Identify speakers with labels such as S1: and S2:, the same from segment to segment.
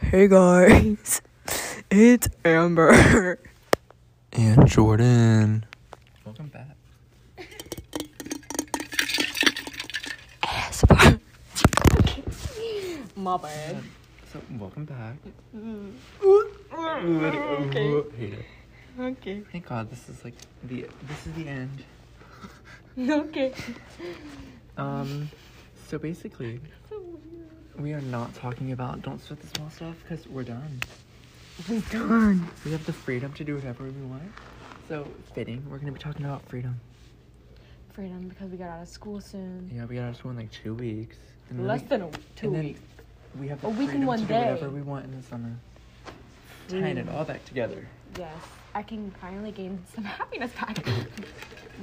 S1: Hey guys, it's Amber.
S2: and Jordan.
S3: Welcome back.
S1: My bad.
S3: So welcome back.
S1: Mm-hmm. Okay.
S3: Hate it.
S1: Okay.
S3: Thank God this is like the this is the end.
S1: Okay.
S3: Um, so basically, we are not talking about don't sweat the small stuff because we're done.
S1: We're done.
S3: We have the freedom to do whatever we want. So fitting, we're gonna be talking about freedom.
S1: Freedom because we got out of school soon.
S3: Yeah, we got out of school in like two weeks. And then
S1: Less
S3: we,
S1: than a, two
S3: and then
S1: weeks.
S3: We have the
S1: A week and
S3: freedom
S1: one
S3: to
S1: day. Mm.
S3: do whatever we want in the summer. Tying it all back together.
S1: Yes, I can finally gain some happiness back.
S3: I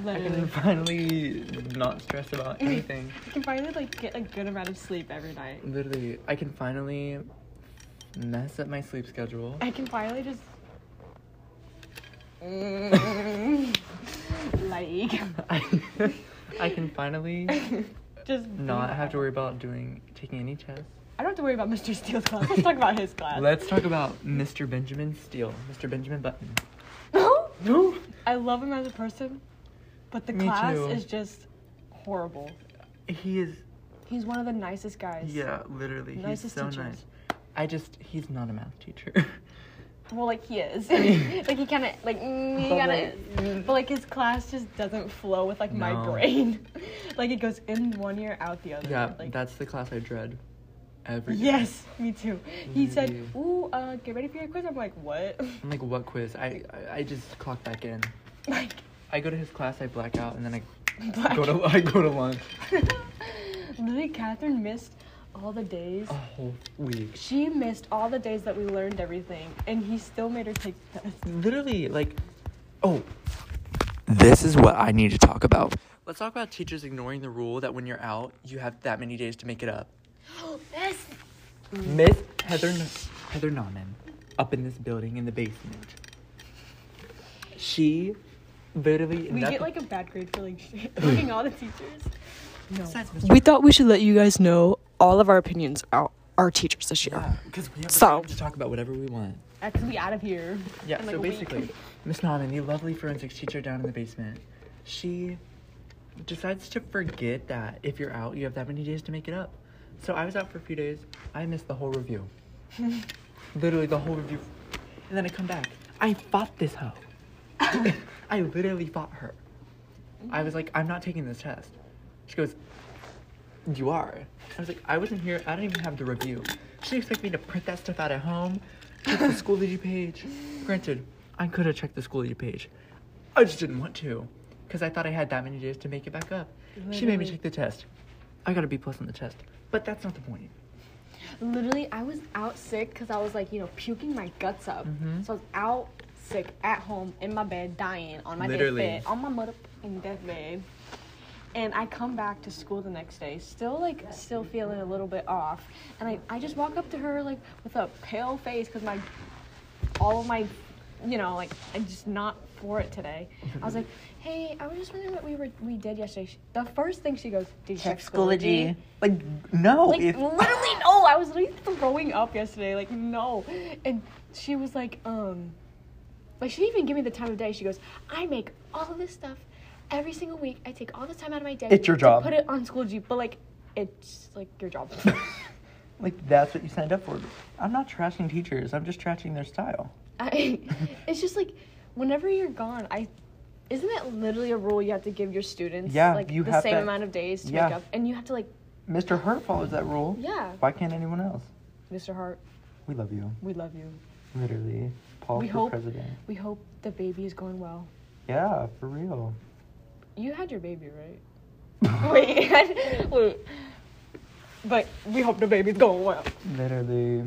S1: Literally,
S3: can finally not stress about anything.
S1: I can finally like get a good amount of sleep every night.
S3: Mm. Literally, I can finally mess up my sleep schedule.
S1: I can finally just. like,
S3: I, I can finally
S1: just be
S3: not have
S1: happy.
S3: to worry about doing taking any tests.
S1: I don't have to worry about Mr. Steele's class. Let's talk about his class.
S3: Let's talk about Mr. Benjamin Steele, Mr. Benjamin Button.
S1: No,
S3: No,
S1: I love him as a person, but the
S3: Me
S1: class
S3: too.
S1: is just horrible.
S3: he is.
S1: He's one of the nicest guys.
S3: Yeah, literally, he's
S1: Nicest
S3: so
S1: teachers.
S3: nice. I just he's not a math teacher.
S1: Well, like he is. like he kind of like mm, he
S3: But,
S1: kind
S3: like,
S1: of. But like his class just doesn't flow with like my
S3: No.
S1: brain. like it goes in one ear out the other.
S3: yeah,
S1: Like,
S3: that's the class I dread. Every day.
S1: Yes, me too. He said,
S3: Mm.
S1: "Ooh, uh, get ready for your quiz." I'm like, "What?"
S3: I'm like, what quiz? I, I I just clock back in.
S1: like
S3: I go to his class, I black out, and then I
S1: black.
S3: go to I go to lunch.
S1: Literally, Catherine missed all the days.
S3: A whole week.
S1: She missed all the days that we learned everything, and he still made her take the test.
S3: literally like oh
S2: This is what I need to talk about.
S3: let's talk about teachers ignoring the rule that when you're out you have that many days to make it up miss heather N- heather Nauman, up in this building in the basement she literally
S1: We get like a bad grade for like looking all the teachers. No.
S4: We thought we should let you guys know all of our opinions about our teachers this year.
S3: because we have the
S4: So-
S3: freedom to talk about whatever we want
S1: I can be out of here.
S3: yeah
S1: in, like,
S3: so
S1: a week.
S3: basically miss Nauman, the lovely forensics teacher down in the basement she decides to forget that if you're out you have that many days to make it up so i was out for a few days i missed the whole review literally the whole review and then i come back i fought this hoe i literally fought her i was like i'm not taking this test she goes you are i was like i wasn't here i don't even have the review she expects me to print that stuff out at home check the schoology page granted i could have checked the schoology page i just didn't want to because i thought i had that many days to make it back up she made me
S1: Literally.
S3: take the test i got a b plus on the test but that's not the point
S1: Literally, I was out sick because I was like, you know, puking my guts up. So I was out sick at home in my bed, dying on my
S3: Literally.
S1: deathbed, on my motherfucking deathbed. And I come back to school the next day, still like, still feeling a little bit off. And I, I just walk up to her like with a pale face because my, all of my, you know, like I'm just not for it today. I was like, hey, I was just wondering what we were we did yesterday. She, the first thing she goes, did you check Schoology?
S3: Like, no.
S1: Like
S3: if-
S1: literally no. I was literally throwing up yesterday. Like no. And she was like, um, like she didn't even give me the time of day. She goes, I make all of this stuff every single week. I take all this time out of my day.
S3: It's your
S1: to
S3: job."
S1: Put it on school G, but like it's like your job.
S3: like, that's what you signed up for. I'm not trashing teachers. I'm just trashing their style.
S1: I, it's just like whenever you're gone, I. Isn't that literally a rule you have to give your students?
S3: Yeah,
S1: like
S3: you
S1: the
S3: have
S1: same
S3: to-
S1: amount of days to make
S3: Yeah.
S1: up, and you have to like,
S3: Mr. Hurt follows that rule.
S1: yeah,
S3: Why can't anyone else?
S1: Mr. Hart,
S3: We love you.
S1: we love you.
S3: Literally. Paul
S1: We
S3: for
S1: hope-
S3: president.
S1: We hope the baby is going well.
S3: Yeah, for real.
S1: You had your baby, right? wait, I- wait. But we hope the baby's going well.
S3: Literally.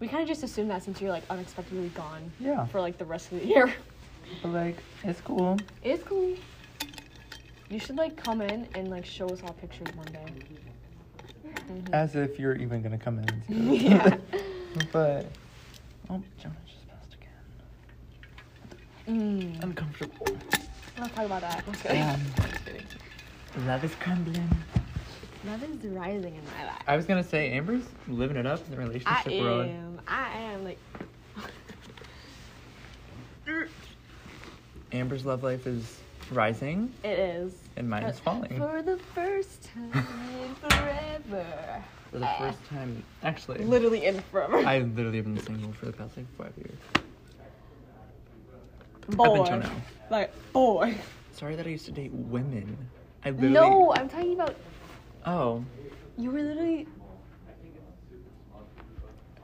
S1: We kind of just assume that since you're like unexpectedly gone
S3: Yeah.
S1: for like the rest of the year.
S3: But, like, it's cool.
S1: It's cool. You should like come in and like show us all pictures one day. Mm-hmm.
S3: As if you're even going to come in. and see
S1: yeah.
S3: us. but. Oh, Jonah just passed again.
S1: Mm.
S3: Uncomfortable.
S1: Let's talk about that. Let's go.
S3: Um, love is crumbling.
S1: Love is rising in my life.
S3: I was gonna say Amber's living it up in the
S1: I
S3: relationship world.
S1: am. I am like.
S3: Amber's love life is rising
S1: It is.
S3: and mine is falling
S1: Uh, For the first time in forever.
S3: for the first time. Actually,
S1: Literally in forever.
S3: I literally have been single for the past like five years.
S1: boy.
S3: Up until now.
S1: Like boy.
S3: Sorry that I used to date women. I literally.
S1: No, I'm talking about
S3: Oh,
S1: you were literally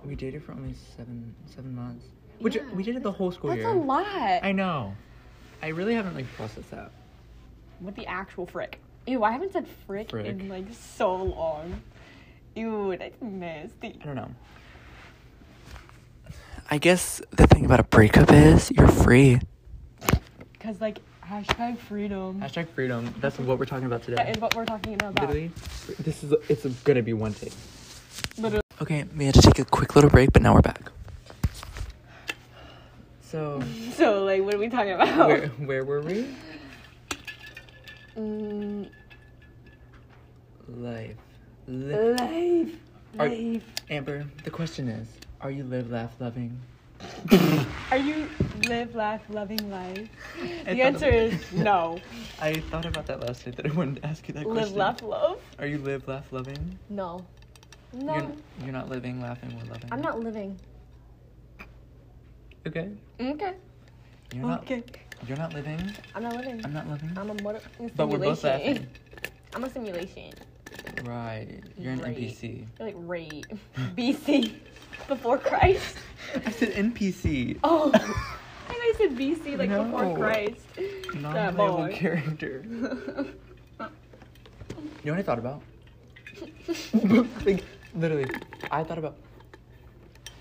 S3: we dated for only seven seven months. Which
S1: Yeah,
S3: we dated the whole school
S1: that's
S3: year.
S1: a lot.
S3: I know. I really haven't like processed that.
S1: What the actual frick? Ew, I haven't said frick,
S3: Frick.
S1: in like so long. Ew, that's nasty.
S3: I don't know.
S2: I guess the thing about a breakup is you're free.
S1: Cause like hashtag freedom.
S3: Hashtag freedom. That's what we're talking about
S1: That
S3: today.
S1: is what we're talking about.
S3: Literally, this is it's gonna be one take.
S1: Literally.
S2: Okay, we had to take a quick little break, but now we're back.
S3: So
S1: So like, what are we talking about?
S3: where where were we?
S1: Mm,
S3: Life. Li-
S1: life.
S3: Are-
S1: Life.
S3: Amber, the question is, are you live, laugh, loving?
S1: Are you live, laugh, loving life?
S3: I
S1: The
S3: thought
S1: answer
S3: of-
S1: is no.
S3: I thought about that last night that I wanted to ask you that
S1: live,
S3: question.
S1: laugh, love?
S3: Are you live, laugh, loving?
S1: No.
S3: You're,
S1: No.
S3: you're not living, laughing, or loving.
S1: I'm not living.
S3: Okay.
S1: Okay.
S3: You're not.
S1: Okay.
S3: You're not living.
S1: I'm not living.
S3: I'm not loving.
S1: I'm a motor. I'm
S3: but we're both laughing.
S1: simulation. I'm a simulation.
S3: Right. You're an
S1: Right.
S3: NPC.
S1: You're like right. BC. Before Christ.
S3: I said NPC.
S1: Oh. I know you said BC like
S3: No.
S1: before Christ. That
S3: Non-playable
S1: boy.
S3: character. You know what I thought about? like, literally, I thought about.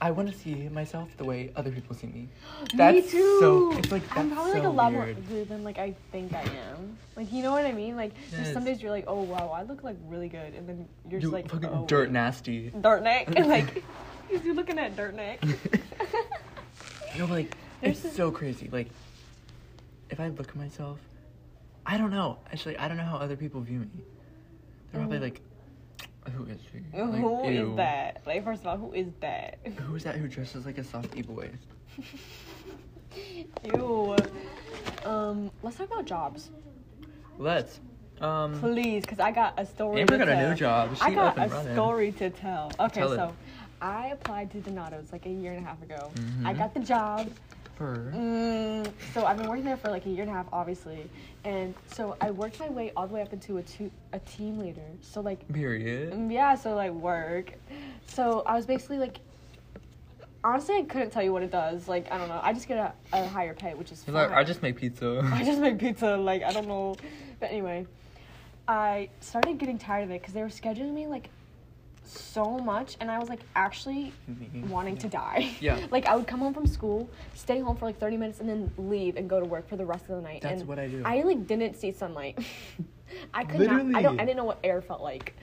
S3: I want to see myself the way other people see me.
S1: Me
S3: That's
S1: too.
S3: so- it's like,
S1: I'm
S3: that's
S1: probably like
S3: so
S1: a lot more
S3: weird.
S1: ugly than like I think I am. Like you know what I mean? Like there's some
S3: Yes.
S1: days you're like, oh wow, I look like really good, and then you're
S3: You
S1: just like
S3: fucking
S1: oh,
S3: dirt nasty.
S1: dirt neck, and like you're looking at dirt neck.
S3: No, but, like
S1: There's
S3: it's
S1: a-
S3: so crazy. Like, if I look at myself, I don't know. Actually, I don't know how other people view me. They're probably like, "Who is she? Like,
S1: Mm. who is
S3: ew.
S1: that? Like first of all, who is that?
S3: Who is that who dresses like a softy boy?"
S1: Ew. Um, let's talk about jobs,
S3: Let's. Um.
S1: please, because I got a story.
S3: Amber
S1: to
S3: got a
S1: tell.
S3: new job. She
S1: I got
S3: up and
S1: a
S3: running.
S1: story to tell. Okay,
S3: Tell it.
S1: so I applied to Donato's like a year and a half ago.
S3: Mm-hmm.
S1: I got the job.
S3: Her.
S1: Mm, so I've been working there for like a year and a half, obviously, and so I worked my way all the way up into a two, a team leader. So like,
S3: Period.
S1: mm, yeah, so like work. So I was basically like, honestly, I couldn't tell you what it does. Like I don't know. I just get a, a higher pay, which is
S3: He's
S1: fine.
S3: like, I just make pizza.
S1: I just make pizza. Like I don't know, but anyway, I started getting tired of it because they were scheduling me like so much, and I was like actually wanting to die.
S3: Mm-hmm. Yeah.
S1: like I would come home from school, stay home for like 30 minutes, and then leave and go to work for the rest of the night.
S3: That's
S1: and
S3: what I do.
S1: I like didn't see sunlight. I could not. I don't.
S3: Literally.
S1: I didn't know what air felt like.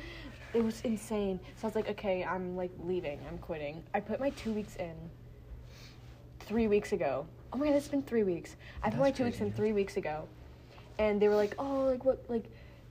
S1: It was insane. So I was like, okay, I'm like leaving. I'm quitting. I put my two weeks in. Three weeks ago. Oh my god, it's been three weeks. I put
S3: That's
S1: my two weeks
S3: crazy.
S1: in three weeks ago, and they were like, oh, like what, like.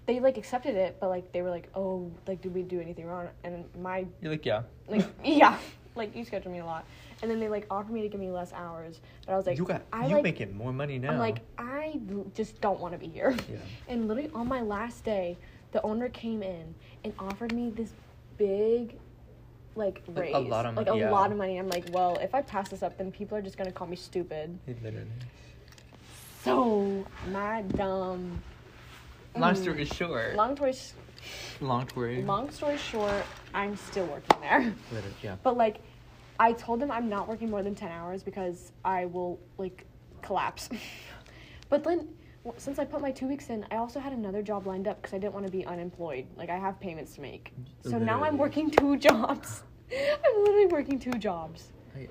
S1: They like accepted it, but like they were like, "Oh, like did we do anything wrong?" And my
S3: You're like, yeah.
S1: like yeah like you schedule me a lot and then they like offered me to give me less hours but i was like
S3: you got.
S1: i
S3: you
S1: like
S3: making more money now.
S1: i'm like i l- just don't want to be here
S3: Yeah.
S1: and literally on my last day the owner came in and offered me this big like
S3: Like,
S1: raise
S3: a lot of
S1: like
S3: money,
S1: a
S3: yeah.
S1: lot of money i'm like well if i pass this up then people are just gonna call me stupid
S3: He literally.
S1: so my dumb
S3: Long story short.
S1: mm. long story s-
S3: Long story.
S1: long story short i'm still working there
S3: Literally, yeah.
S1: But like, I told them I'm not working more than ten hours because I will like collapse. but then, w- since I put my two weeks in, I also had another job lined up because I didn't want to be unemployed. Like I have payments to make, so now I'm
S3: Really?
S1: working two jobs. I'm literally working two jobs.
S3: I,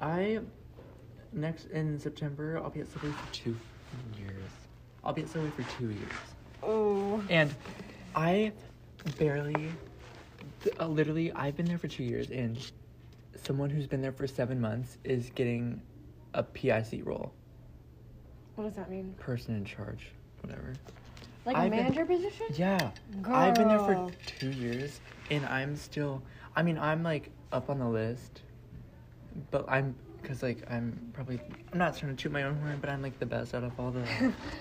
S3: I next in September I'll be at Subway for two years. I'll be at Subway for two years.
S1: Oh,
S3: And I barely, th- uh, literally, I've been there for two years, and someone who's been there for seven months is getting a PIC role,
S1: what does that mean?
S3: person in charge, whatever.
S1: Like a
S3: I've been-
S1: manager position?
S3: Yeah. I've been there for
S1: Girl.
S3: two years and I'm still, I mean, I'm like up on the list, but I'm, cause like I'm probably, I'm not trying to toot my own horn, but I'm like the best out of all the,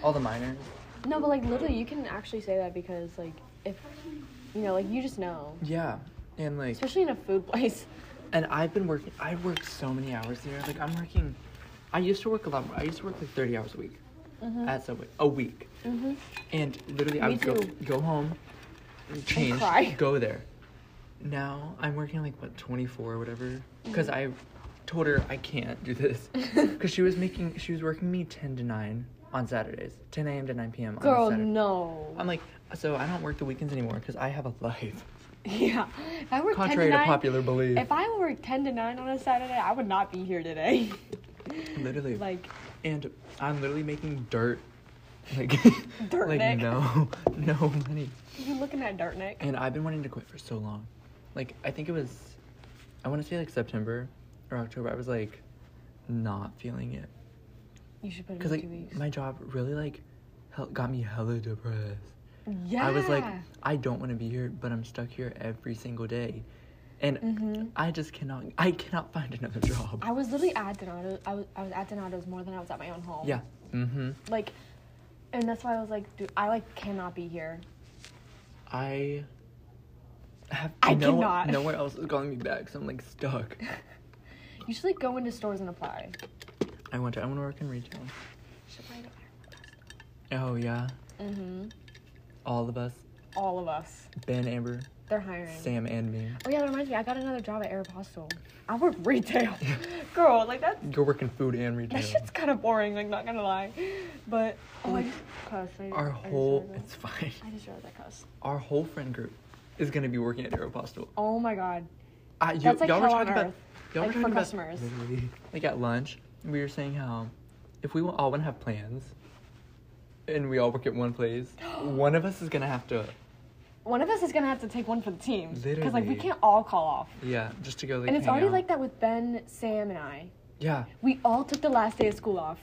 S3: all the minors.
S1: No, but like literally, you can actually say that because like if you know, like you just know,
S3: Yeah. And like,
S1: especially in a food place.
S3: and I've been working, I worked so many hours there. Like I'm working, I used to work a lot more. I used to work like 30 hours a week at Subway, a week.
S1: Mm-hmm.
S3: And literally, I
S1: Me
S3: would go,
S1: too.
S3: go home, change,
S1: cry.
S3: go there. Now I'm working like what 24 or whatever, because
S1: Mm-hmm.
S3: I told her I can't do this, because she was making she was working me 10 to 9 on Saturdays, 10 a.m. to 9 p.m. on
S1: Girl,
S3: Saturday.
S1: no.
S3: I'm like, so I don't work the weekends anymore because I have a life.
S1: yeah, if I work
S3: Contrary
S1: 10
S3: to
S1: to 9,
S3: popular belief,
S1: If I were ten to nine on a Saturday, I would not be here today.
S3: literally,
S1: like,
S3: and I'm literally making dirt, like,
S1: Dirt
S3: like
S1: neck.
S3: no, no money.
S1: you looking at dirt neck?
S3: And I've been wanting to quit for so long. Like, I think it was, I want to say like September or October. I was like, not feeling it.
S1: You should put it in
S3: Because, like,
S1: two weeks.
S3: my job really, like, hel- got me hella depressed.
S1: yeah.
S3: I was like, I don't want to be here, but I'm stuck here every single day. And
S1: Mhm.
S3: I just cannot, I cannot find another job.
S1: I was literally at Donato. I was I was at Donato's more than I was at my own home.
S3: yeah. Mm hmm.
S1: Like, and that's why I was like, dude, I like cannot be here.
S3: I have
S1: I
S3: no,
S1: cannot.
S3: nowhere else is calling me back, so I'm like stuck.
S1: You should like go into stores and apply.
S3: I want to, I want to work in retail.
S1: Should I go-
S3: Oh, yeah.
S1: Mhm.
S3: All of us,
S1: All of us.
S3: Ben, Amber,
S1: They're hiring.
S3: Sam and me.
S1: Oh yeah, that reminds me. I got another job at Aeropostale. I work retail. Girl, like that's
S3: You're working food and retail.
S1: that shit's kind of boring. Like not gonna lie, but oh, I just cussed. I,
S3: Our
S1: I just
S3: whole
S1: realized
S3: it's fine.
S1: I just realized I cussed.
S3: Our whole friend group is gonna be working at Aeropostale.
S1: Oh my god.
S3: Uh, you,
S1: That's like
S3: y'all were
S1: hell on
S3: talking about
S1: earth,
S3: y'all
S1: like,
S3: were talking
S1: for
S3: about
S1: customers.
S3: literally, like at lunch. We were saying how if we all want to have plans, and we all work at one place, one of us is gonna have to
S1: One of us is gonna have to take one for the team because like we
S3: Literally.
S1: can't all call off.
S3: yeah just to go like.
S1: And it's
S3: hang
S1: already
S3: out.
S1: like that with Ben, Sam, and I.
S3: yeah
S1: We all took the last day of school off,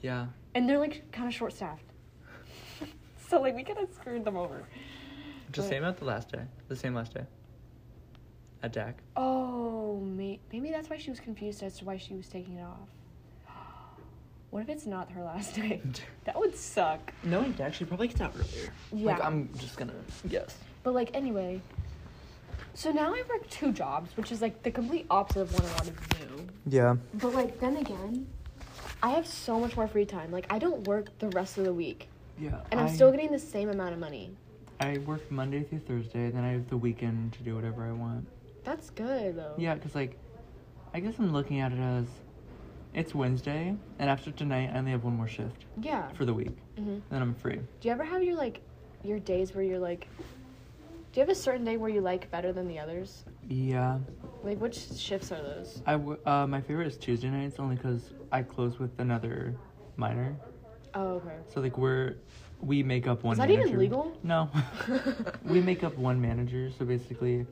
S3: yeah.
S1: and they're like kind of short staffed. so like we kind of screwed them over.
S3: Just
S1: But-
S3: same at the last day. The same last day. At DAC.
S1: Oh, may- maybe that's why she was confused as to why she was taking it off. What if it's not her last day? That would suck.
S3: No, at DAC she probably gets out earlier. Like
S1: Yeah.
S3: I'm just gonna guess.
S1: But like anyway. So now I work two jobs, which is like the complete opposite of what I wanted to do.
S3: Yeah.
S1: But like then again, I have so much more free time. Like I don't work the rest of the week,
S3: Yeah.
S1: and I'm
S3: I-
S1: still getting the same amount of money.
S3: I work Monday through Thursday, then I have the weekend to do whatever I want.
S1: That's good though.
S3: Yeah, because, like, I guess I'm looking at it as it's Wednesday, and after tonight, I only have one more shift
S1: Yeah.
S3: for the week.
S1: hmm
S3: Then I'm free.
S1: Do you ever have your like your days where you're like do you have a certain day where you like better than the others?
S3: Yeah.
S1: Like which shifts are those?
S3: I w- uh, my favorite is Tuesday nights only because I close with another minor.
S1: Oh, okay.
S3: So, like, we're. We make up one
S1: Is that
S3: manager.
S1: even legal?
S3: No. we make up one manager, so basically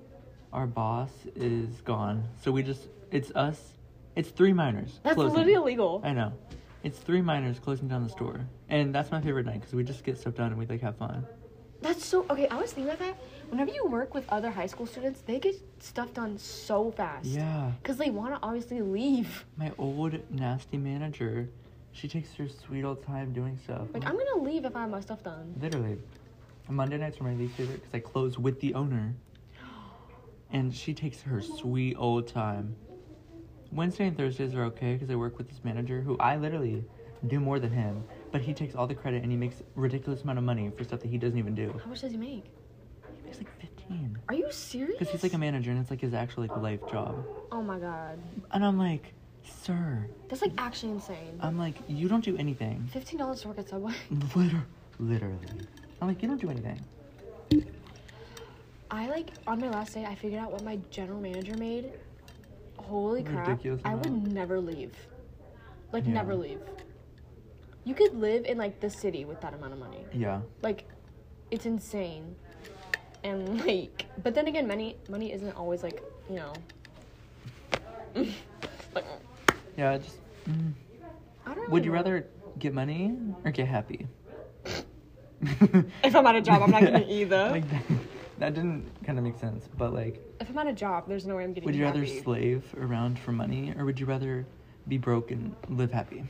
S3: our boss is gone. So we just. It's us. It's three minors.
S1: That's
S3: closing.
S1: literally illegal.
S3: I know. It's three minors closing down the store. And that's my favorite night because we just get stuff done and we like have fun.
S1: That's so okay. I was thinking about that. Whenever you work with other high school students, they get stuff done so fast.
S3: Yeah.
S1: Cause they want to obviously leave.
S3: My old nasty manager, she takes her sweet old time doing stuff.
S1: Like I'm gonna leave if I have my stuff done.
S3: Literally. Monday nights are my least favorite because I close with the owner. And she takes her sweet old time. Wednesday and Thursdays are okay because I work with this manager who I literally do more than him, but he takes all the credit and he makes ridiculous amount of money for stuff that he doesn't even do.
S1: How much does he make?
S3: He makes like 15.
S1: Are you serious?
S3: Because he's like a manager and it's like his actual like life job.
S1: oh my god,
S3: And I'm like, sir,
S1: that's like actually insane.
S3: I'm like, you don't do anything.
S1: Fifteen dollars to work at Subway.
S3: Liter- literally. I'm like, you don't do anything.
S1: I like on my last day, I figured out what my general manager made. Holy crap!
S3: Ridiculous
S1: I would
S3: amount.
S1: never leave. Like
S3: Yeah.
S1: never leave. You could live in like the city with that amount of money.
S3: Yeah.
S1: Like, it's insane. And like, but then again, money money isn't always like you know. like,
S3: Yeah, it just. Mm.
S1: I don't. Really
S3: Would you
S1: know.
S3: rather get money or get happy?
S1: If I'm out of job, I'm not getting either.
S3: like that, that didn't kind of make sense, but like,
S1: If I'm out of job, there's no way I'm getting.
S3: would you rather
S1: happy.
S3: slave around for money, or would you rather be broke and live happy?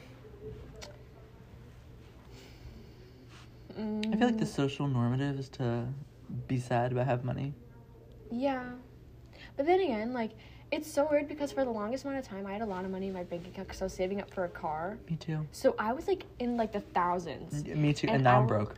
S1: Mm,
S3: I feel like the social normative is to be sad but have money.
S1: Yeah. But then again, like, it's so weird because for the longest amount of time, I had a lot of money in my bank account because I was saving up for a car.
S3: Me too.
S1: So I was like in like the thousands.
S3: Me too. And,
S1: And
S3: now
S1: I
S3: I'm
S1: will-
S3: broke.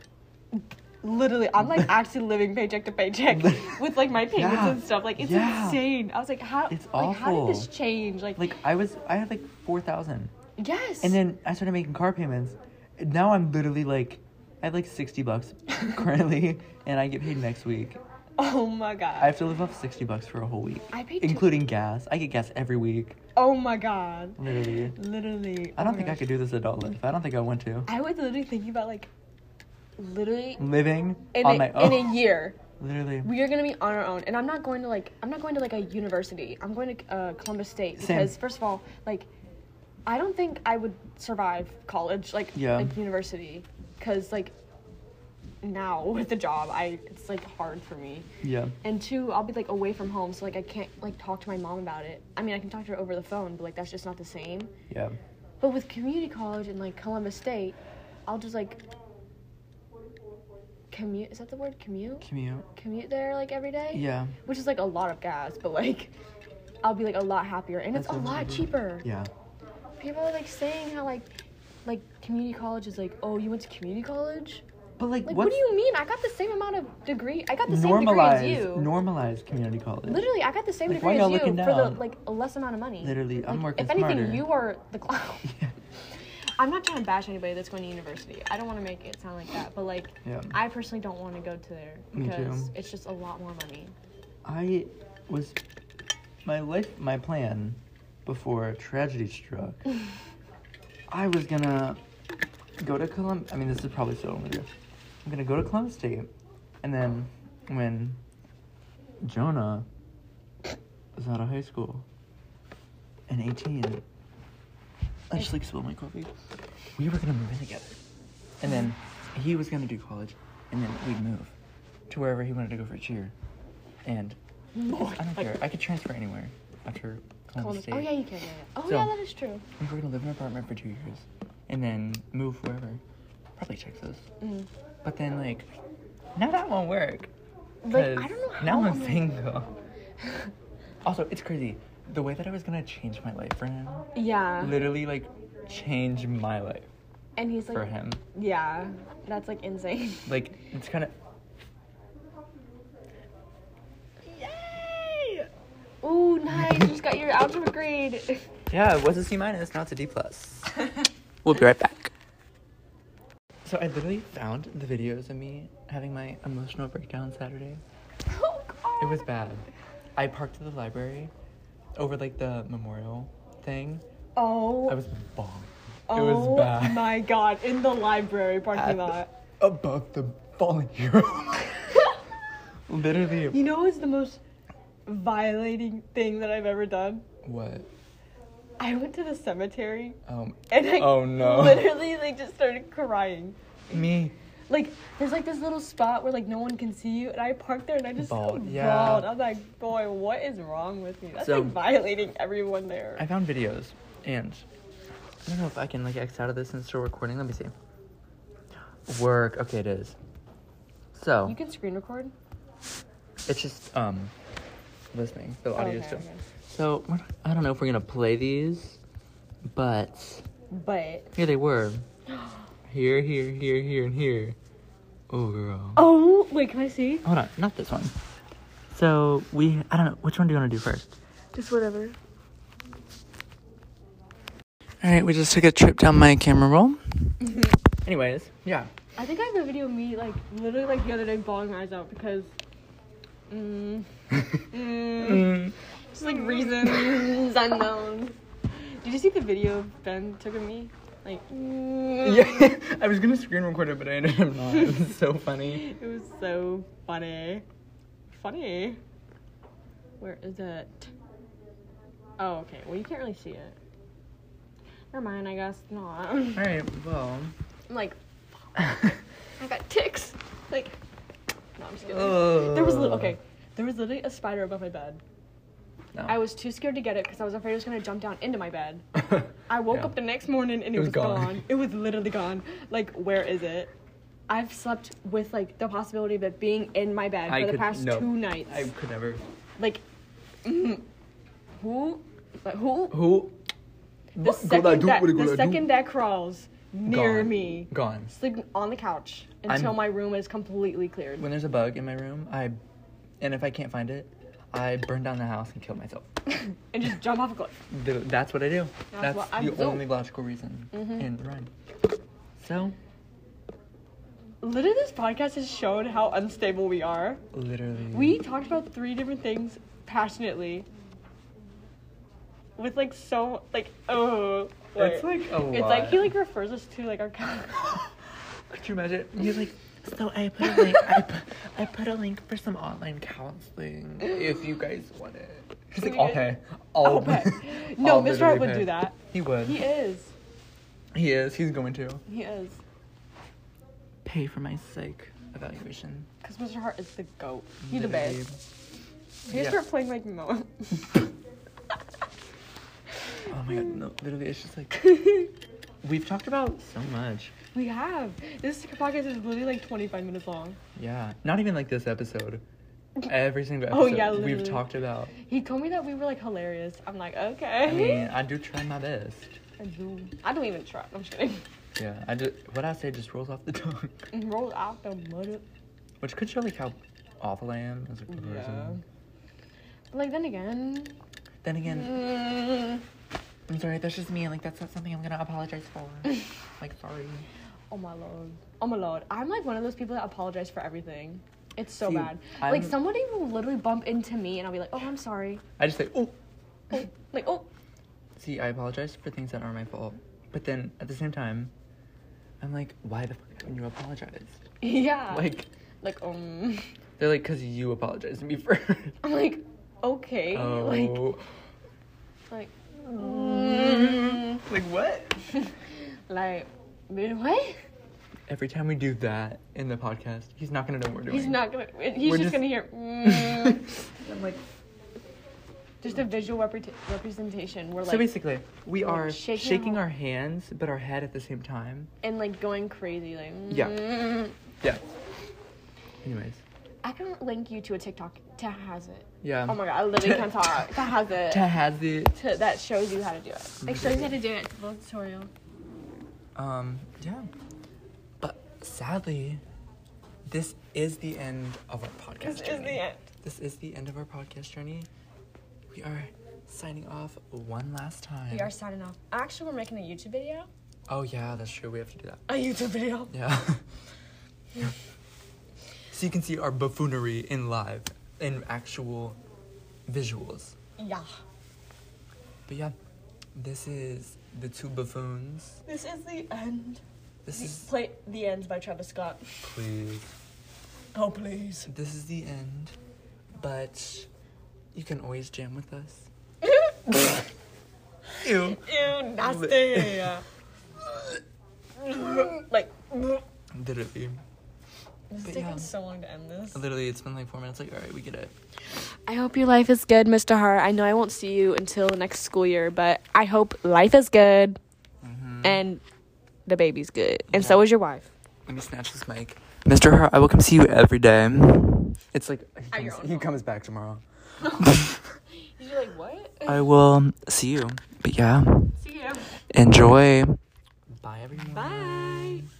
S1: Literally, I'm like actually living paycheck to paycheck with like my payments
S3: Yeah.
S1: and stuff. Like it's
S3: Yeah.
S1: insane. I was like, how?
S3: It's
S1: like, How did this
S3: awful.
S1: change? Like,
S3: Like I was, I had like four thousand,
S1: yes.
S3: and then I started making car payments. And Now I'm literally like, I have like sixty bucks currently, and I get paid next week.
S1: oh my god.
S3: I have to live off sixty bucks for a whole week,
S1: I paid. Two,
S3: including gas. I get gas every week,
S1: oh my god.
S3: literally.
S1: Literally.
S3: I don't think I could do this adult life. I don't think I want to.
S1: I was literally thinking about like, literally
S3: Living
S1: in,
S3: on
S1: a,
S3: my
S1: in
S3: own,
S1: a year.
S3: literally.
S1: we are gonna be on our own and i'm not going to like i'm not going to like a university i'm going to uh, columbus state
S3: Same.
S1: because first of all like i don't think i would survive college like
S3: Yeah.
S1: like university because like now with the job i it's like hard for me
S3: Yeah,
S1: and two i'll be like away from home so like i can't like talk to my mom about it i mean i can talk to her over the phone but like that's just not the same
S3: yeah.
S1: but with community college and like columbus state i'll just like commute is that the word commute
S3: Commute.
S1: commute there like every day
S3: Yeah,
S1: which is like a lot of gas, but like I'll be like a lot happier and it's
S3: That's
S1: a
S3: what
S1: lot
S3: we do.
S1: cheaper.
S3: yeah.
S1: People are like saying how like like community college is like, oh, you went to community college?
S3: But like,
S1: Like,
S3: what's
S1: what do you mean? I got the same amount of degree. I got the same degree as you.
S3: normalize? Normalize community college.
S1: Literally, I got the same
S3: Like, why
S1: degree as
S3: y'all
S1: you
S3: looking
S1: for the
S3: down?
S1: like a less amount of money.
S3: Literally, I'm
S1: Like,
S3: working
S1: If anything,
S3: smarter.
S1: you are the clown.
S3: Yeah.
S1: I'm not trying to bash anybody that's going to university. I don't want to make it sound like that, but like,
S3: Yeah.
S1: I personally don't want to go to there
S3: Me too.
S1: because it's just a lot more money.
S3: I was my life my plan before tragedy struck. I was gonna go to Columbus. I mean, this is probably so limited. I'm gonna go to Columbus State, and then when Jonah was out of high school and 18, I just like spilled my coffee. We were gonna move in together, and then he was gonna do college, and then we'd move to wherever he wanted to go for cheer. And I don't care. I could transfer anywhere after Columbus
S1: Columbus-
S3: State.
S1: Oh yeah, you can. Yeah, yeah. Oh
S3: So-
S1: yeah, that is true.
S3: We We're gonna live in an apartment for two years, and then move wherever, probably Texas.
S1: Mm.
S3: But then like, now that won't work.
S1: Like I
S3: 'cause
S1: don't know how.
S3: Now I'm
S1: like-
S3: single. also, it's crazy. The way that I was gonna change my life for him,
S1: Yeah.
S3: literally like, change my life
S1: and he's like,
S3: for him.
S1: yeah, that's like insane.
S3: Like it's kind of
S1: Yay! Ooh, nice. you just got your algebra grade.
S3: yeah. It was a C minus, now it's a D plus.
S2: We'll be right back.
S3: So I literally found the videos of me having my emotional breakdown Saturday.
S1: oh god.
S3: It was bad. I parked at the library over like the memorial thing.
S1: Oh.
S3: I was bombed.
S1: oh
S3: it was bad.
S1: my god! In the library parking
S3: At-
S1: lot.
S3: Above the fallen hero. Literally.
S1: You know, it's the most violating thing that I've ever done.
S3: What?
S1: I went to the cemetery
S3: Um.
S1: and I
S3: Oh, no.
S1: literally like just started crying.
S3: Me.
S1: Like there's like this little spot where like no one can see you, and I parked there and I just
S3: Bald,
S1: bawled.
S3: yeah.
S1: I'm like, boy, what is wrong with me? That's
S3: So-
S1: like violating everyone there.
S3: I found videos, and I don't know if I can like X out of this and still recording. Let me see. Work. Okay, it is. So
S1: you can screen record.
S3: it's just um listening. The audio
S1: Okay,
S3: still.
S1: okay.
S3: So we're not, I don't know if we're gonna play these, but.
S1: But
S3: Here they were. Here, here, here, here, and here. Oh, girl.
S1: oh wait, can I see?
S3: Hold on, not this one. So we, I don't know, which one do you want to do first?
S1: Just whatever.
S2: All right, we just took a trip down my camera roll.
S3: Mm-hmm. Anyways, yeah.
S1: I think I have a video of me like literally like the other day bawling my eyes out because. Mm, mm,
S3: Mm-hmm.
S1: just like reasons unknown. Did you see the video Ben took of me? Like, mm.
S3: Yeah, I was gonna screen record it, but I ended up not. It was so funny.
S1: It was so funny. Funny. Where is it? Oh, okay. Well, you can't really see it. Never mind, I guess not. I'm
S3: All right, well,
S1: like, I got ticks. Like, no, I'm just kidding. There was li- okay. There was literally a spider above my bed.
S3: No.
S1: I was too scared to get it because I was afraid it was gonna jump down into my bed. I woke
S3: Yeah.
S1: up the next morning and it,
S3: was
S1: was,
S3: gone.
S1: gone. It was literally gone. Like, where is it? I've slept with like the possibility of it being in my bed
S3: I
S1: for the
S3: could-
S1: past
S3: no.
S1: two nights.
S3: I could never.
S1: Like, mm, who? Like, who?
S3: Who?
S1: The
S3: What
S1: second
S3: gonna do?
S1: that
S3: What
S1: the
S3: gonna do?
S1: second that crawls near
S3: Gone.
S1: me,
S3: Gone.
S1: sleep on the couch until
S3: I'm-
S1: my room is completely cleared.
S3: When there's a bug in my room, I, and if I can't find it, I burn down the house and kill myself.
S1: and just jump off a cliff.
S3: Th- That's what I do.
S1: That's
S3: That's,
S1: what I
S3: the
S1: do. Mm-hmm.
S3: only logical reason in the rhyme. So,
S1: Literally, this podcast has shown how unstable we are.
S3: literally.
S1: We talked about three different things passionately. With like so like oh wait.
S3: It's like a
S1: it's like he
S3: lot.
S1: like refers us to like our co-
S3: Could you imagine? You're like, so I put a link. I put, I put a link for some online counseling if you guys want it. He's like,
S1: You guys-
S3: okay, I'll
S1: Okay.
S3: pay."
S1: No,
S3: I'll
S1: Mr.
S3: literally
S1: Hart would
S3: pay."
S1: do that.
S3: He would.
S1: he
S3: He,
S1: is
S3: is. He's going to
S1: he is
S3: pay for my psych evaluation.
S1: because Mr. Hart is the goat. He's the best.
S3: Literally.
S1: He
S3: Yeah.
S1: start playing like Moe.
S3: Oh my god, no, literally, it's just like we've talked about so much.
S1: we have this podcast is literally like 25 minutes long.
S3: Yeah, not even like this episode. Every single
S1: Oh,
S3: episode
S1: yeah,
S3: we've
S1: literally.
S3: talked about.
S1: He told me that we were like hilarious. I'm like
S3: I
S1: okay.
S3: mean, I do try my best.
S1: I do. I don't even try. I'm just kidding.
S3: Yeah, I just what I say just rolls off the tongue,
S1: Roll out the mud.
S3: which could show like how awful I am as a person.
S1: Like then again.
S3: Then again,
S1: mm,
S3: I'm sorry, that's just me. Like that's not something I'm gonna apologize for. like sorry.
S1: Oh my lord. Oh my lord. I'm like one of those people that apologize for everything. It's so
S3: See,
S1: bad. Like
S3: I'm-
S1: somebody will literally bump into me and I'll be like, oh, I'm sorry.
S3: I just say, oh,
S1: Oh, like, oh.
S3: see, I apologize for things that are my fault, but then at the same time, I'm like, why the fuck haven't you apologized?
S1: Yeah. Like,
S3: Like.
S1: um.
S3: They're like, cause you apologized to me first.
S1: I'm like, okay.
S3: Oh.
S1: Like, like, mm,
S3: like what?
S1: like, wait, what?
S3: Every time we do that in the podcast, he's not gonna know what we're doing.
S1: He's not gonna, he's
S3: We're
S1: just,
S3: just-
S1: gonna hear, mm,
S3: I'm like,
S1: just a visual repre- representation. We're
S3: so
S1: like,
S3: basically, we
S1: like
S3: are shaking,
S1: shaking
S3: our
S1: our-
S3: hands, but our head at the same time.
S1: and like going crazy. Like,
S3: Yeah.
S1: mm.
S3: Yeah. Anyways,
S1: I can link you to a TikTok. Ta has it.
S3: yeah.
S1: Oh my god, I literally can't talk. That has it.
S3: Ta has it.
S1: To- that shows you how to do it. It shows you how to do it. It's a little tutorial.
S3: Um, yeah. But sadly, this is the end of our podcast.
S1: This is
S3: journey.
S1: the end.
S3: This is the end of our podcast journey. We are signing off one last time.
S1: We are signing off. Actually, we're making a YouTube video.
S3: Oh yeah, that's true. We have to do that.
S1: A YouTube video.
S3: Yeah. so you can see our buffoonery in live, in actual visuals.
S1: Yeah.
S3: But yeah, this is the two buffoons.
S1: This is the end.
S3: This is
S1: Play The Ends by Travis Scott.
S3: please.
S1: Oh, please.
S3: This is the end. But you can always jam with us. Ew.
S1: Ew, nasty. like, this
S3: Literally.
S1: is
S3: But
S1: taking
S3: yeah.
S1: so long to end this.
S3: Literally, it's been like four minutes. Like, all right, we get it.
S4: I hope your life is good, Mr. Hart. I know I won't see you until the next school year, but I hope life is good and the baby's good. And so is your wife.
S3: Let me snatch this mic.
S2: Mr. Hart, I will come see you every day.
S3: It's like he
S1: your
S3: comes,
S1: own
S3: he comes back tomorrow.
S1: You're like, what?
S2: I will see you. But yeah,
S1: See you.
S2: enjoy.
S3: Bye, everyone.
S1: Bye.